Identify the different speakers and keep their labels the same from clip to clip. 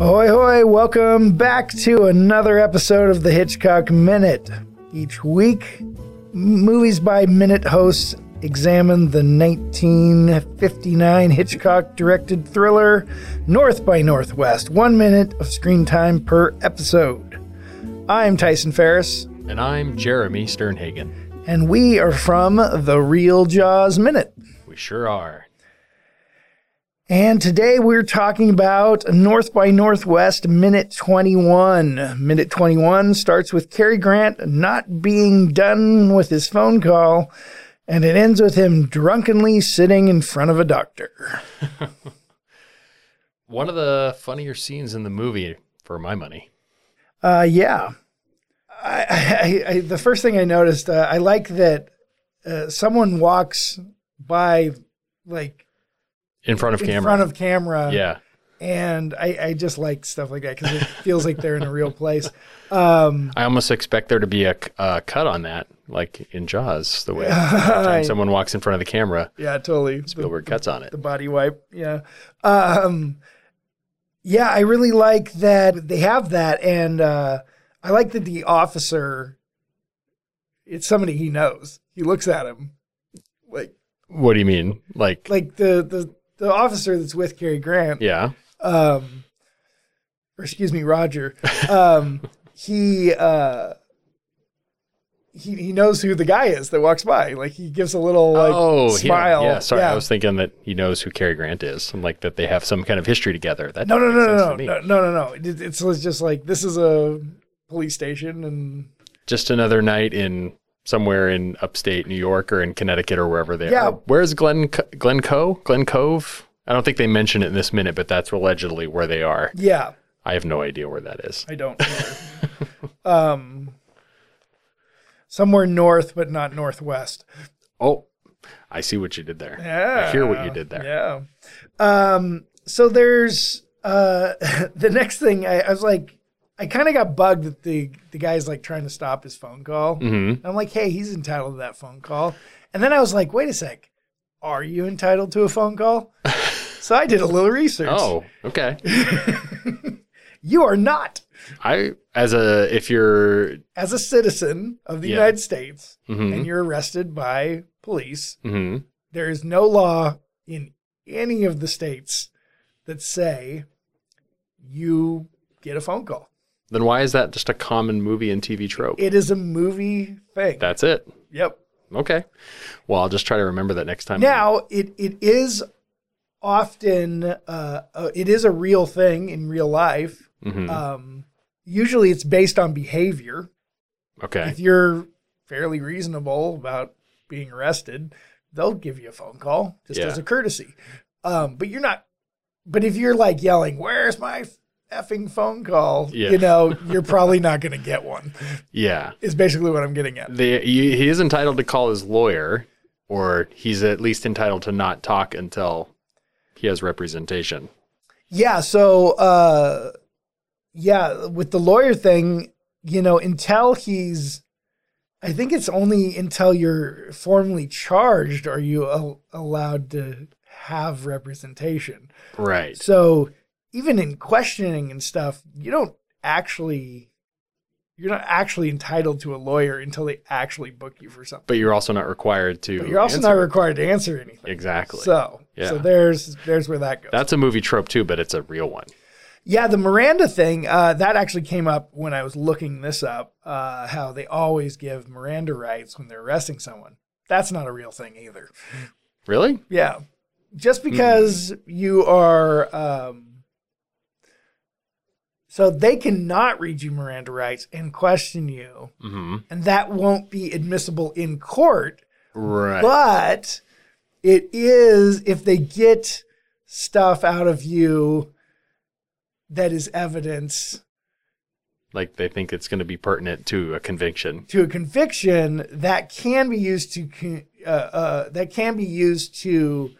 Speaker 1: Hoy hoy, welcome back to another episode of the Hitchcock Minute. Each week, Movies by Minute hosts examine the 1959 Hitchcock directed thriller North by Northwest, one minute of screen time per episode. I'm Tyson Ferris,
Speaker 2: And I'm Jeremy Sternhagen.
Speaker 1: and we are from The Real Jaws Minute.
Speaker 2: We sure are.
Speaker 1: And today we're talking about North by Northwest Minute 21. Minute 21 starts with Cary Grant not being done with his phone call, and it ends with him drunkenly sitting in front of a doctor.
Speaker 2: One of the funnier scenes in the movie, for my money.
Speaker 1: Uh, yeah. I, I, I, the first thing I noticed, uh, I like that uh, someone walks by like
Speaker 2: In front of
Speaker 1: in
Speaker 2: camera.
Speaker 1: front of camera.
Speaker 2: yeah.
Speaker 1: And I, I just like stuff like that because it feels like they're in a real place. Um,
Speaker 2: I almost expect there to be a, c- a cut on that, like in Jaws, the way sometimes someone walks in front of the camera,
Speaker 1: yeah, totally. The-
Speaker 2: Spielberg cuts on it.
Speaker 1: the body wipe. Yeah. Um, yeah, I really like that they have that. And uh, I like that the officer, it's somebody he knows. He looks at him. Like,
Speaker 2: What do you mean? Like,
Speaker 1: like the, the, the officer that's with Cary Grant,
Speaker 2: yeah.
Speaker 1: um, or excuse me, Roger, um, he, uh, he, he knows who the guy is that walks by. Like he gives a little like
Speaker 2: oh, yeah,
Speaker 1: smile.
Speaker 2: Yeah, Sorry, I was thinking that he knows who Cary Grant is and like that they have some kind of history together. That
Speaker 1: No, no,
Speaker 2: makes
Speaker 1: no,
Speaker 2: sense to
Speaker 1: no, no,
Speaker 2: me.
Speaker 1: no, no, no, no. It, it's it's just like this is a police station, and
Speaker 2: Just another night in somewhere in upstate New York or in Connecticut or wherever they
Speaker 1: Yeah.
Speaker 2: are. Where's Glen Co- Glen Cove? Glen Cove? I don't think they mention it in this minute, but that's allegedly where they are.
Speaker 1: yeah,
Speaker 2: I have no idea where that is.
Speaker 1: I don't. Either. um, somewhere north, but not northwest.
Speaker 2: Oh, I see what you did there.
Speaker 1: Yeah,
Speaker 2: I hear what you did there.
Speaker 1: Yeah. Um. So there's uh the next thing I, I was like I kind of got bugged that the the guy's like trying to stop his phone call.
Speaker 2: Mm-hmm.
Speaker 1: And I'm like, hey, he's entitled to that phone call. And then I was like, wait a sec, are you entitled to a phone call? so I did a little research.
Speaker 2: Oh, okay.
Speaker 1: You are not,
Speaker 2: I as a if you're
Speaker 1: as a citizen of the
Speaker 2: Yeah.
Speaker 1: United States,
Speaker 2: hmm
Speaker 1: and you're arrested by police.
Speaker 2: hmm
Speaker 1: There is no law in any of the states that say you get a phone call.
Speaker 2: then why is that just a common movie and TV trope?
Speaker 1: It is a movie thing.
Speaker 2: That's it.
Speaker 1: yep.
Speaker 2: Okay. Well, I'll just try to remember that next time.
Speaker 1: Now it it is often uh, uh, it is a real thing in real life.
Speaker 2: Mhm.
Speaker 1: Um, usually, it's based on behavior.
Speaker 2: okay.
Speaker 1: If you're fairly reasonable about being arrested, they'll give you a phone call just
Speaker 2: Yeah.
Speaker 1: as a courtesy. Um, but you're not. But if you're like yelling, "Where's my effing phone call?"
Speaker 2: Yeah.
Speaker 1: You know, you're probably not going to get one.
Speaker 2: Yeah.
Speaker 1: Is basically what I'm getting at.
Speaker 2: the he, he is entitled to call his lawyer, or he's at least entitled to not talk until he has representation.
Speaker 1: Yeah. So, uh, yeah, with the lawyer thing, you know, until he's, I think it's only until you're formally charged are you al- allowed to have representation.
Speaker 2: Right.
Speaker 1: So, even in questioning and stuff, you don't actually, you're not actually entitled to a lawyer until they actually book you for something.
Speaker 2: But you're also not required to.
Speaker 1: But you're also not
Speaker 2: answer.
Speaker 1: required to answer anything.
Speaker 2: exactly.
Speaker 1: So, so
Speaker 2: Yeah.
Speaker 1: there's there's where that goes.
Speaker 2: That's a movie trope too, but it's a real one.
Speaker 1: Yeah, the Miranda thing, uh, that actually came up when I was looking this up, uh, how they always give Miranda rights when they're arresting someone. That's not a real thing either.
Speaker 2: Really?
Speaker 1: Yeah. Just because you are. Um, so they cannot read you Miranda rights and question you,
Speaker 2: Mm-hmm.
Speaker 1: and that won't be admissible in court
Speaker 2: Right.
Speaker 1: but it is if they get stuff out of you that is evidence
Speaker 2: like they think it's going to be pertinent to a conviction.
Speaker 1: to a conviction that can be used to con- uh, uh, that can be used to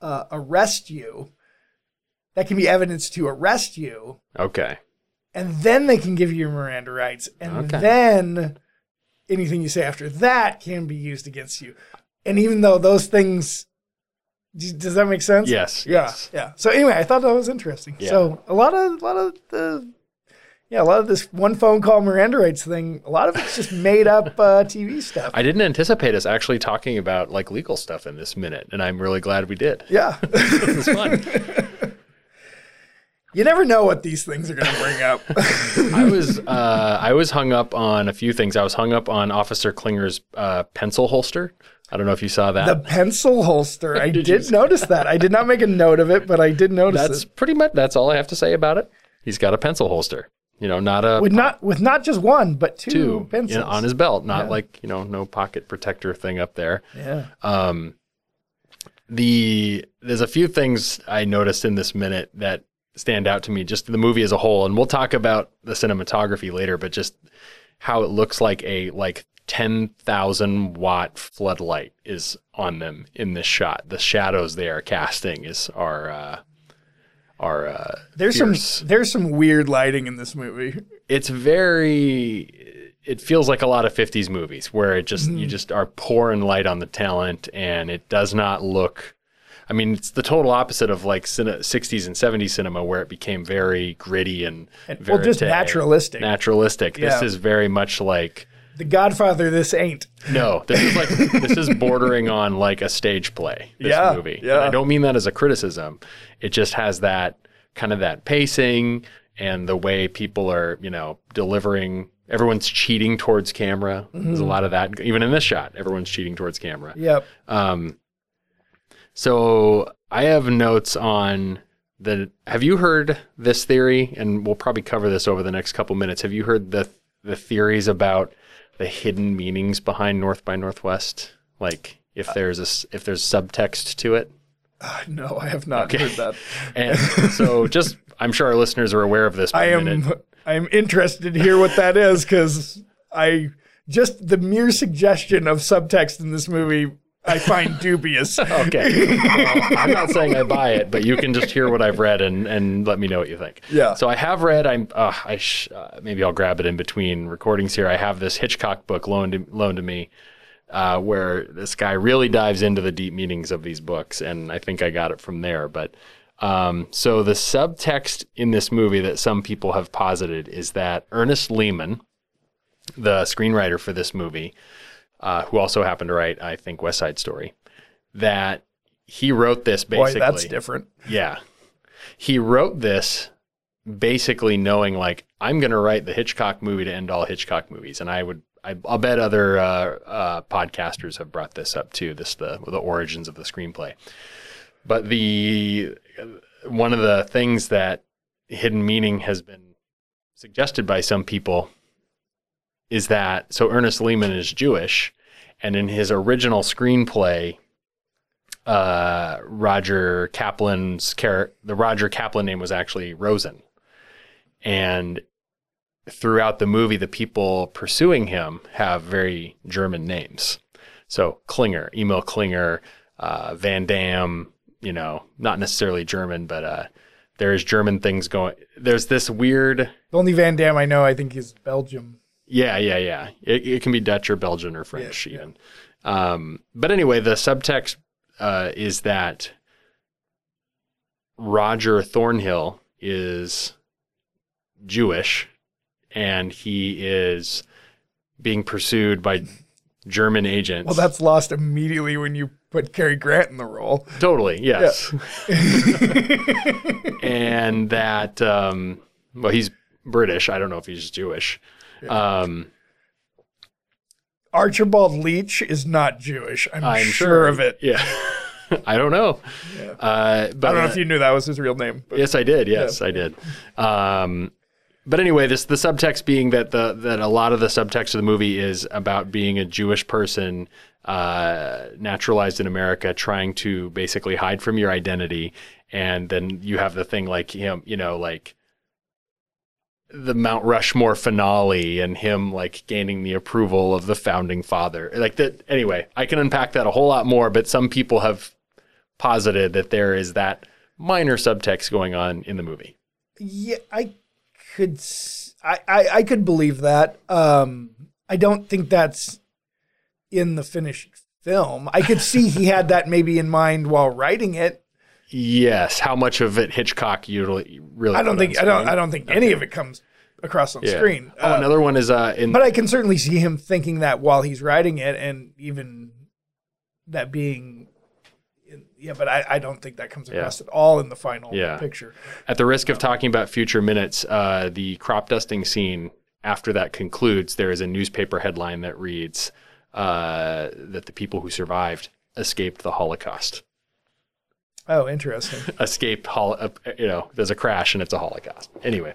Speaker 1: uh, arrest you that can be evidence to arrest you
Speaker 2: Okay.
Speaker 1: and then they can give you your miranda rights and
Speaker 2: Okay.
Speaker 1: then anything you say after that can be used against you and even though those things D- Does that make sense?
Speaker 2: Yes.
Speaker 1: Yeah,
Speaker 2: yes.
Speaker 1: yeah. So anyway, I thought that was interesting.
Speaker 2: Yeah.
Speaker 1: So a lot of a lot of the yeah, a lot of this one phone call Miranda rights thing. A lot of it's just made up uh, TV stuff.
Speaker 2: I didn't anticipate us actually talking about like legal stuff in this minute, and I'm really glad we did.
Speaker 1: yeah,
Speaker 2: It's fun.
Speaker 1: you never know what these things are going to bring up.
Speaker 2: I was uh, I was hung up on a few things. I was hung up on Officer Klinger's uh, pencil holster. I don't know if you saw that.
Speaker 1: the pencil holster. I did,
Speaker 2: Did you see-
Speaker 1: notice that. I did not make a note of it, but I did notice
Speaker 2: that's
Speaker 1: it.
Speaker 2: pretty much that's all I have to say about it. He's got a pencil holster. You know, not a
Speaker 1: With not with not just one, but two,
Speaker 2: two you know,
Speaker 1: pencils
Speaker 2: on his belt, not
Speaker 1: Yeah.
Speaker 2: like you know, no pocket protector thing up there.
Speaker 1: Yeah. Uh,
Speaker 2: Um, the there's a few things I noticed in this minute that stand out to me, just the movie as a whole, and we'll talk about the cinematography later, but just how it looks like a like ten thousand watt floodlight is on them in this shot. The shadows they are casting is are uh, are uh,
Speaker 1: There's
Speaker 2: fierce.
Speaker 1: some there's some weird lighting in this movie.
Speaker 2: it's very it feels like a lot of 50s movies where it just
Speaker 1: Mm-hmm.
Speaker 2: you just are pouring light on the talent and it does not look i mean it's the total opposite of like cine, 60s and 70s cinema where it became very gritty and,
Speaker 1: well, just
Speaker 2: verite-
Speaker 1: naturalistic.
Speaker 2: naturalistic this
Speaker 1: Yeah.
Speaker 2: is very much like
Speaker 1: The Godfather, this ain't.
Speaker 2: no this is like this is bordering on like a stage play this
Speaker 1: Yeah,
Speaker 2: movie And
Speaker 1: yeah.
Speaker 2: i don't mean that as a criticism it just has that kind of that pacing and the way people are you know delivering everyone's cheating towards camera there's a
Speaker 1: Mm-hmm.
Speaker 2: lot of that even in this shot everyone's cheating towards camera
Speaker 1: Yep.
Speaker 2: um so i have notes on the have you heard this theory and we'll probably cover this over the next couple minutes have you heard the the theories about the hidden meanings behind north by northwest like
Speaker 1: Uh,
Speaker 2: if there's a s- if there's subtext to it
Speaker 1: No, I have not heard that.
Speaker 2: and so just i'm sure our listeners are aware of this by
Speaker 1: I am
Speaker 2: minute.
Speaker 1: I am interested to hear what that is because I just the mere suggestion of subtext in this movie I find dubious. Oh,
Speaker 2: Okay. Well, I'm not saying I buy it, but you can just hear what I've read and, and let me know what you think.
Speaker 1: Yeah.
Speaker 2: So I have read. I'm. Uh, I sh- uh, maybe I'll grab it in between recordings here. I have this Hitchcock book loaned loaned to me, uh, where this guy really dives into the deep meanings of these books, and I think I got it from there. But um, so the subtext in this movie that some people have posited is that Ernest Lehman, the screenwriter for this movie, uh, who also happened to write, I think, West Side Story, that he wrote this
Speaker 1: Boy,
Speaker 2: basically.
Speaker 1: that's different.
Speaker 2: Yeah. He wrote this basically knowing like I'm going to write the Hitchcock movie to end all Hitchcock movies and I would I, I'll bet other uh, uh, podcasters have brought this up too this the the origins of the screenplay. But the uh, one of the things that hidden meaning has been suggested by some people is that so Ernest Lehman is Jewish and in his original screenplay uh, Roger Kaplan's character, the Roger Kaplan name was actually Rosen. And throughout the movie, the people pursuing him have very German names. So Klinger, Emil Klinger, uh, Van Dam, you know, not necessarily German, but uh, there's German things going. There's this weird
Speaker 1: The only Van Damme I know, I think, is Belgium.
Speaker 2: yeah, yeah, yeah. It, it can be Dutch or Belgian or French
Speaker 1: yeah.
Speaker 2: even. Um, but anyway, the subtext uh, is that Roger Thornhill is Jewish, and he is being pursued by German agents.
Speaker 1: Well, that's lost immediately when you put Cary Grant in the role.
Speaker 2: Totally, yes. and that, um, well, he's British. I don't know if he's Jewish. Um,
Speaker 1: Archibald Leach is not Jewish. I'm,
Speaker 2: I'm
Speaker 1: sure, of it.
Speaker 2: Yeah. I don't know. Uh, but
Speaker 1: I don't know if you knew that was his real name. But
Speaker 2: Yes, I did. Yes, I did. Um, but anyway, this the subtext being that the that a lot of the subtext of the movie is about being a Jewish person uh, naturalized in America, trying to basically hide from your identity, and then you have the thing like him, you know, like the Mount Rushmore finale and him like gaining the approval of the founding father. Like that. Anyway, I can unpack that a whole lot more, but some people have posited that there is that minor subtext going on in the movie.
Speaker 1: Yeah, I could, s- I, I, I could believe that. Um, I don't think that's in the finished film. I could see he had that maybe in mind while writing it.
Speaker 2: Yes. How much of it Hitchcock usually really?
Speaker 1: I don't
Speaker 2: put on
Speaker 1: think I don't
Speaker 2: screen?
Speaker 1: I don't think any of it comes across on
Speaker 2: Yeah.
Speaker 1: screen.
Speaker 2: Oh,
Speaker 1: Uh,
Speaker 2: another one is uh in
Speaker 1: But I can certainly see him thinking that while he's writing it, and even that being, yeah. But I, I don't think that comes
Speaker 2: Yeah.
Speaker 1: across at all in the final
Speaker 2: Yeah.
Speaker 1: picture.
Speaker 2: At the risk of talking about future minutes, uh, the crop dusting scene after that concludes, there is a newspaper headline that reads uh, that the people who survived escaped the Holocaust.
Speaker 1: Oh, interesting.
Speaker 2: Escaped, hol- uh, you know, there's a crash and it's a Holocaust. Anyway,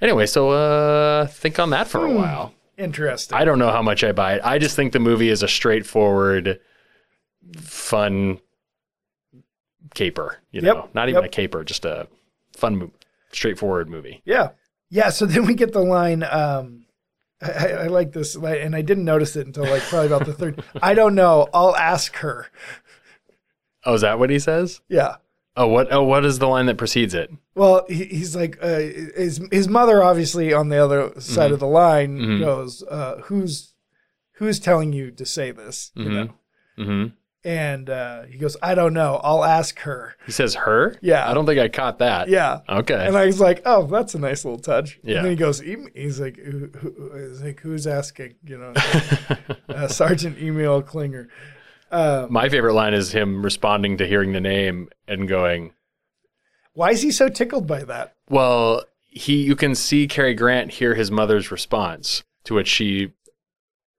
Speaker 2: anyway, so uh, think on that for
Speaker 1: Hmm.
Speaker 2: a while.
Speaker 1: interesting.
Speaker 2: I don't know how much I buy it. I just think the movie is a straightforward, fun caper. You know,
Speaker 1: Yep,
Speaker 2: not even
Speaker 1: yep.
Speaker 2: a caper, just a fun, mo- straightforward movie.
Speaker 1: yeah, yeah. So then we get the line. Um, I, I I like this, like, and I didn't notice it until like probably about the third. I don't know. I'll ask her.
Speaker 2: Oh, is that what he says?
Speaker 1: Yeah.
Speaker 2: Oh, what? Oh, what is the line that precedes it?
Speaker 1: Well, he, he's like uh, his his mother, obviously on the other side of the line,
Speaker 2: Mhm.
Speaker 1: goes, uh, "Who's who's telling you to say this?" You
Speaker 2: Mhm.
Speaker 1: know,
Speaker 2: hmm
Speaker 1: and uh, he goes, "I don't know. I'll ask her."
Speaker 2: He says her.
Speaker 1: Yeah.
Speaker 2: I don't think I caught that.
Speaker 1: Yeah,
Speaker 2: Okay.
Speaker 1: and I was like, "Oh, that's a nice little touch."
Speaker 2: Yeah.
Speaker 1: And then he goes, "Em-" "He's like, who, who, he's like, who's asking?" You know, uh, Sergeant Emil Klinger. Uh,
Speaker 2: My favorite line is him responding to hearing the name and going,
Speaker 1: why is he so tickled by that?
Speaker 2: "Well, he." You can see Cary Grant hear his mother's response, to which she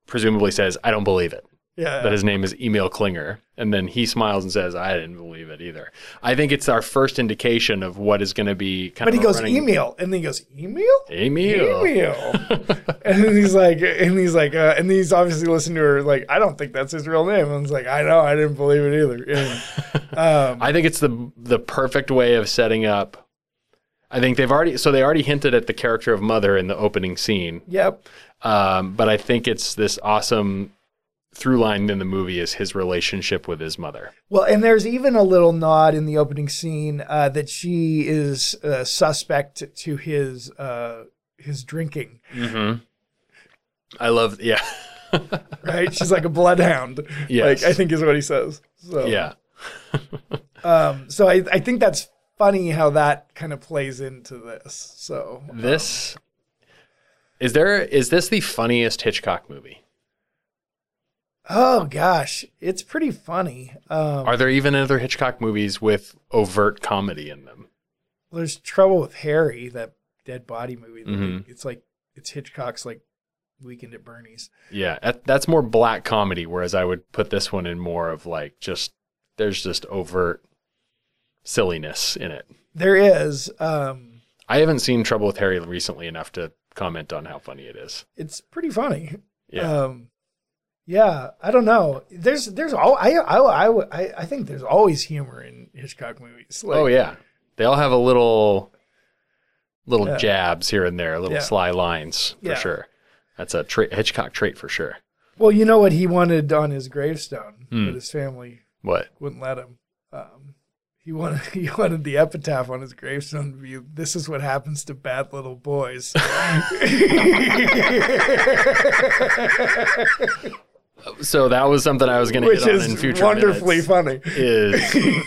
Speaker 2: presumably says, "I don't believe it."
Speaker 1: Yeah,
Speaker 2: that his name is Emil Klinger. And then he smiles and says, I didn't believe it either. I think it's our first indication of what is going to be kind
Speaker 1: but
Speaker 2: of.
Speaker 1: he
Speaker 2: a
Speaker 1: goes
Speaker 2: running-
Speaker 1: Emil, and then he goes Emil.
Speaker 2: Emil.
Speaker 1: Emil. and then he's like, and he's like, uh, and he's obviously listening to her like, I don't think that's his real name. And it's like, I know, I didn't believe it either. Anyway, um,
Speaker 2: I think it's the the perfect way of setting up. I think they've already so they already hinted at the character of mother in the opening scene,
Speaker 1: yep.
Speaker 2: um, but I think it's this awesome through line in the movie is his relationship with his mother.
Speaker 1: Well, and there's even a little nod in the opening scene uh, that she is uh, suspect to his uh, his drinking.
Speaker 2: Mm-hmm. I love yeah
Speaker 1: Right? She's like a bloodhound.
Speaker 2: Yes.
Speaker 1: Like I think is what he says. So
Speaker 2: yeah
Speaker 1: Um, so I, I think that's funny how that kind of plays into this. So
Speaker 2: this is there is this the funniest Hitchcock movie?
Speaker 1: oh gosh, it's pretty funny. Um,
Speaker 2: Are there even other Hitchcock movies with overt comedy in them?
Speaker 1: there's trouble with Harry, that dead body movie. that
Speaker 2: Mhm.
Speaker 1: It's like it's Hitchcock's like Weekend at Bernie's.
Speaker 2: Yeah, that, that's more black comedy, whereas I would put this one in more of like just there's just overt silliness in it.
Speaker 1: There is. Um,
Speaker 2: I haven't seen Trouble with Harry recently enough to comment on how funny it is.
Speaker 1: it's pretty funny.
Speaker 2: Yeah,
Speaker 1: Um, yeah, I don't know. There's there's all I I I I- I think there's always humor in Hitchcock movies. Like,
Speaker 2: oh yeah, they all have a little little
Speaker 1: Yeah.
Speaker 2: jabs here and there, little
Speaker 1: Yeah.
Speaker 2: sly lines for
Speaker 1: Yeah.
Speaker 2: sure. That's a tra- Hitchcock trait for sure.
Speaker 1: Well, you know what he wanted on his gravestone,
Speaker 2: Hmm.
Speaker 1: but his family
Speaker 2: What?
Speaker 1: wouldn't let him. Um, he wanted he wanted the epitaph on his gravestone to be "This is what happens to bad little boys."
Speaker 2: So that was something I was going to
Speaker 1: which
Speaker 2: hit on in
Speaker 1: is
Speaker 2: future
Speaker 1: wonderfully
Speaker 2: minutes.
Speaker 1: funny.
Speaker 2: is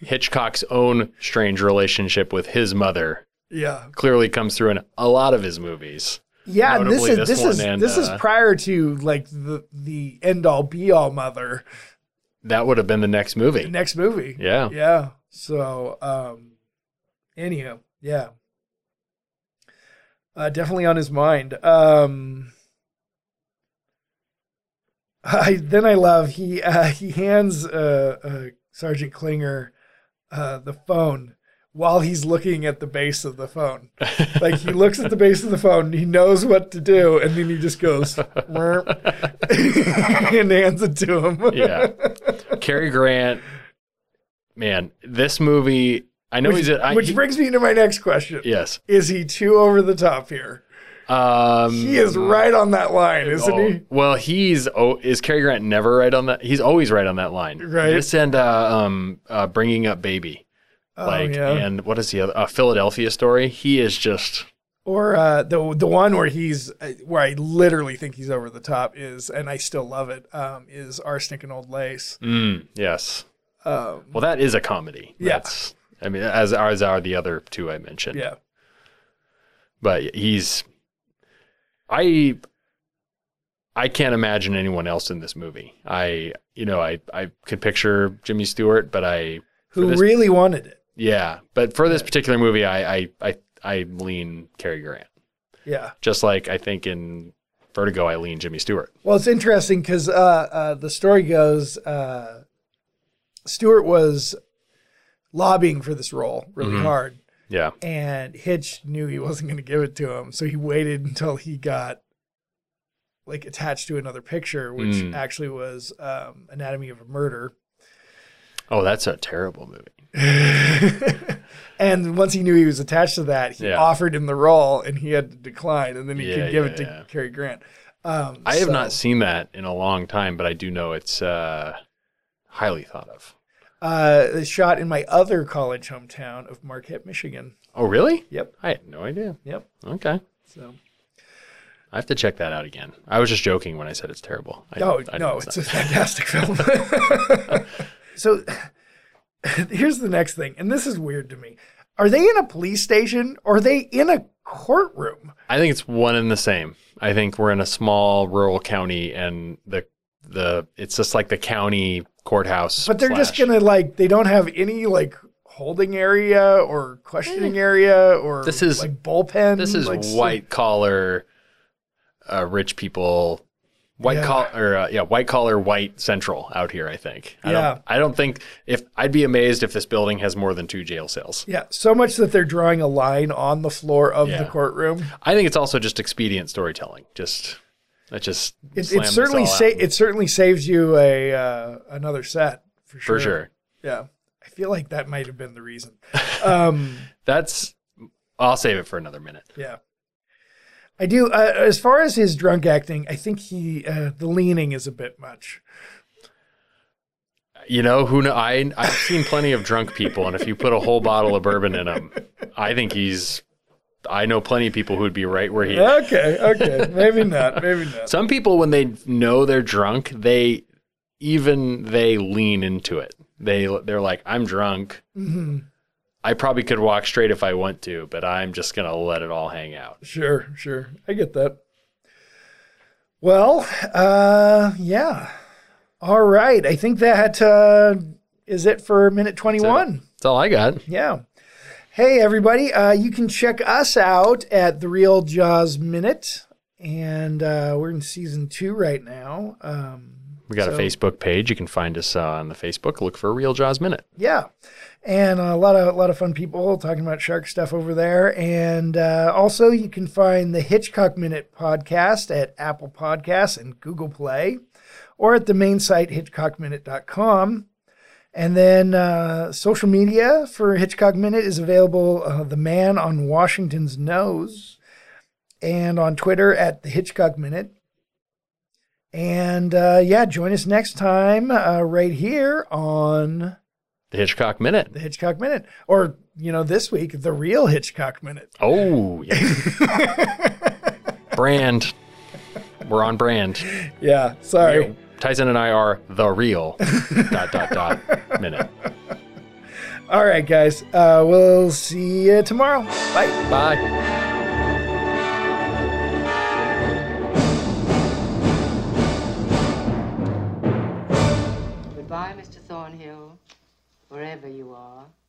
Speaker 2: Hitchcock's own strange relationship with his mother
Speaker 1: Yeah,
Speaker 2: clearly comes through in a lot of his movies.
Speaker 1: yeah. and this
Speaker 2: Notably
Speaker 1: is
Speaker 2: this
Speaker 1: this,
Speaker 2: one
Speaker 1: is
Speaker 2: and,
Speaker 1: this is
Speaker 2: uh,
Speaker 1: prior to like the the end all be all mother
Speaker 2: That would have been the next
Speaker 1: the
Speaker 2: movie.
Speaker 1: next movie.
Speaker 2: Yeah.
Speaker 1: Yeah. So, um, anyhow, yeah. Uh, definitely on his mind. Um, I then I love he uh, he hands uh, uh, Sergeant Klinger uh, the phone while he's looking at the base of the phone. Like he looks at the base of the phone, he knows what to do, and then he just goes "Merp," and hands it to him.
Speaker 2: Yeah. Cary Grant, man, this movie, I know
Speaker 1: which,
Speaker 2: he's a I,
Speaker 1: which
Speaker 2: he-
Speaker 1: brings me to my next question.
Speaker 2: yes.
Speaker 1: Is he too over the top here?
Speaker 2: Um,
Speaker 1: He is right on that line, isn't
Speaker 2: oh,
Speaker 1: he?
Speaker 2: Well, he's oh, is Cary Grant never right on that? He's always right on that line.
Speaker 1: Right.
Speaker 2: This and uh, um, uh, bringing up baby.
Speaker 1: Oh,
Speaker 2: like
Speaker 1: yeah.
Speaker 2: and what is the other uh, Philadelphia story? He is just
Speaker 3: Or uh, the the one where he's uh, where I literally think he's over the top is, and I still love it. Um, is arsenic and old lace?
Speaker 2: Mm, yes.
Speaker 3: Um,
Speaker 2: Well, that is a comedy.
Speaker 3: Yeah.
Speaker 2: That's, I mean, as as are the other two I mentioned.
Speaker 3: yeah,
Speaker 2: But he's, I, I can't imagine anyone else in this movie. I, you know, I I could picture Jimmy Stewart, but I,
Speaker 1: Who
Speaker 2: this-
Speaker 1: really wanted it?
Speaker 2: yeah, but for this particular movie, I I I, I lean Cary Grant,
Speaker 3: yeah.
Speaker 2: just like I think in Vertigo, I lean Jimmy Stewart.
Speaker 1: Well, it's interesting because uh, uh, the story goes uh,
Speaker 3: Stewart was lobbying for this role really
Speaker 2: Mhm.
Speaker 3: hard,
Speaker 2: Yeah.
Speaker 3: and Hitch knew he wasn't going to give it to him, so he waited until he got like attached to another picture, which
Speaker 2: Mm.
Speaker 3: actually was um, Anatomy of a Murder.
Speaker 2: Oh, that's a terrible movie.
Speaker 3: and once he knew he was attached to that, he
Speaker 2: Yeah.
Speaker 3: offered him the role, and he had to decline, and then he
Speaker 2: Yeah,
Speaker 3: could give
Speaker 2: yeah,
Speaker 3: it to
Speaker 2: yeah.
Speaker 3: Cary Grant. Um,
Speaker 2: I have
Speaker 3: so,
Speaker 2: not seen that in a long time, but I do know it's uh, highly thought of.
Speaker 3: Uh, it's shot in my other college hometown of Marquette, Michigan.
Speaker 2: Oh, really?
Speaker 3: Yep.
Speaker 2: I had no idea.
Speaker 3: Yep.
Speaker 2: Okay.
Speaker 3: So.
Speaker 2: I have to check that out again. I was just joking when I said it's terrible. I,
Speaker 3: Oh
Speaker 2: I know
Speaker 3: no, it's a fantastic film.
Speaker 1: so
Speaker 3: Here's the next thing, and this is weird to me. Are they in a police station or are they in a courtroom?
Speaker 2: I think it's one and the same. I think we're in a small rural county, and the the it's just like the county courthouse.
Speaker 3: But they're just
Speaker 2: slash-
Speaker 3: gonna like they don't have any like holding area or questioning area or
Speaker 2: This is-
Speaker 3: like bullpen.
Speaker 2: This is
Speaker 3: like, so-
Speaker 2: white collar, uh, rich people, white
Speaker 3: Yeah.
Speaker 2: collar, or uh, yeah, white collar, white central out here. I think. I
Speaker 3: Yeah.
Speaker 2: Don't, I don't think if I'd be amazed if this building has more than two jail cells.
Speaker 3: Yeah, so much that they're drawing a line on the floor of the
Speaker 2: Yeah.
Speaker 3: courtroom.
Speaker 2: I think it's also just expedient storytelling. Just that just
Speaker 3: It,
Speaker 2: slammed
Speaker 3: it
Speaker 2: this
Speaker 3: certainly
Speaker 2: all
Speaker 3: sa-
Speaker 2: out.
Speaker 3: it certainly saves you a uh, another set for sure.
Speaker 2: for sure.
Speaker 3: Yeah, I feel like that might have been the reason. Um,
Speaker 2: That's I'll save it for another minute.
Speaker 3: Yeah. I do. Uh, as far as his drunk acting, I think he uh, the leaning is a bit much.
Speaker 2: You know who? Know, I I've seen plenty of drunk people, and if you put a whole bottle of bourbon in him, I think he's. I know plenty of people who would be right where he is.
Speaker 3: Okay, okay, maybe not, maybe not.
Speaker 2: Some people, when they know they're drunk, they even they lean into it. They they're like, I'm drunk.
Speaker 3: Mhm,
Speaker 2: I probably could walk straight if I want to, but I'm just gonna let it all hang out.
Speaker 3: Sure, sure, I get that. Well, uh, yeah. All right, I think that uh, is it for minute twenty-one.
Speaker 2: That's all I got.
Speaker 3: Yeah.
Speaker 1: hey everybody, uh, you can check us out at the Real Jaws Minute, and uh, we're in season two right now. Um,
Speaker 2: We got a Facebook page. You can find us uh, on the Facebook. Look for Real Jaws Minute.
Speaker 1: yeah, and uh, a lot of a lot of fun people talking about shark stuff over there, and uh, also you can find the Hitchcock Minute podcast at Apple Podcasts and Google Play, or at the main site hitchcockminute.com. And then uh, social media for Hitchcock Minute is available. Uh, the Man on Washington's Nose, and on Twitter at the Hitchcock Minute. And uh, yeah, join us next time uh, right here on
Speaker 2: The Hitchcock Minute.
Speaker 1: the Hitchcock Minute, or you know, this week the real Hitchcock Minute.
Speaker 2: Oh, yeah. brand. We're on brand.
Speaker 3: Yeah. Sorry.
Speaker 2: Tyson and I are the real dot dot dot minute.
Speaker 1: All right, guys, uh, we'll see you tomorrow. Bye.
Speaker 2: Bye.
Speaker 4: Goodbye, Mr. Thornhill, wherever you are.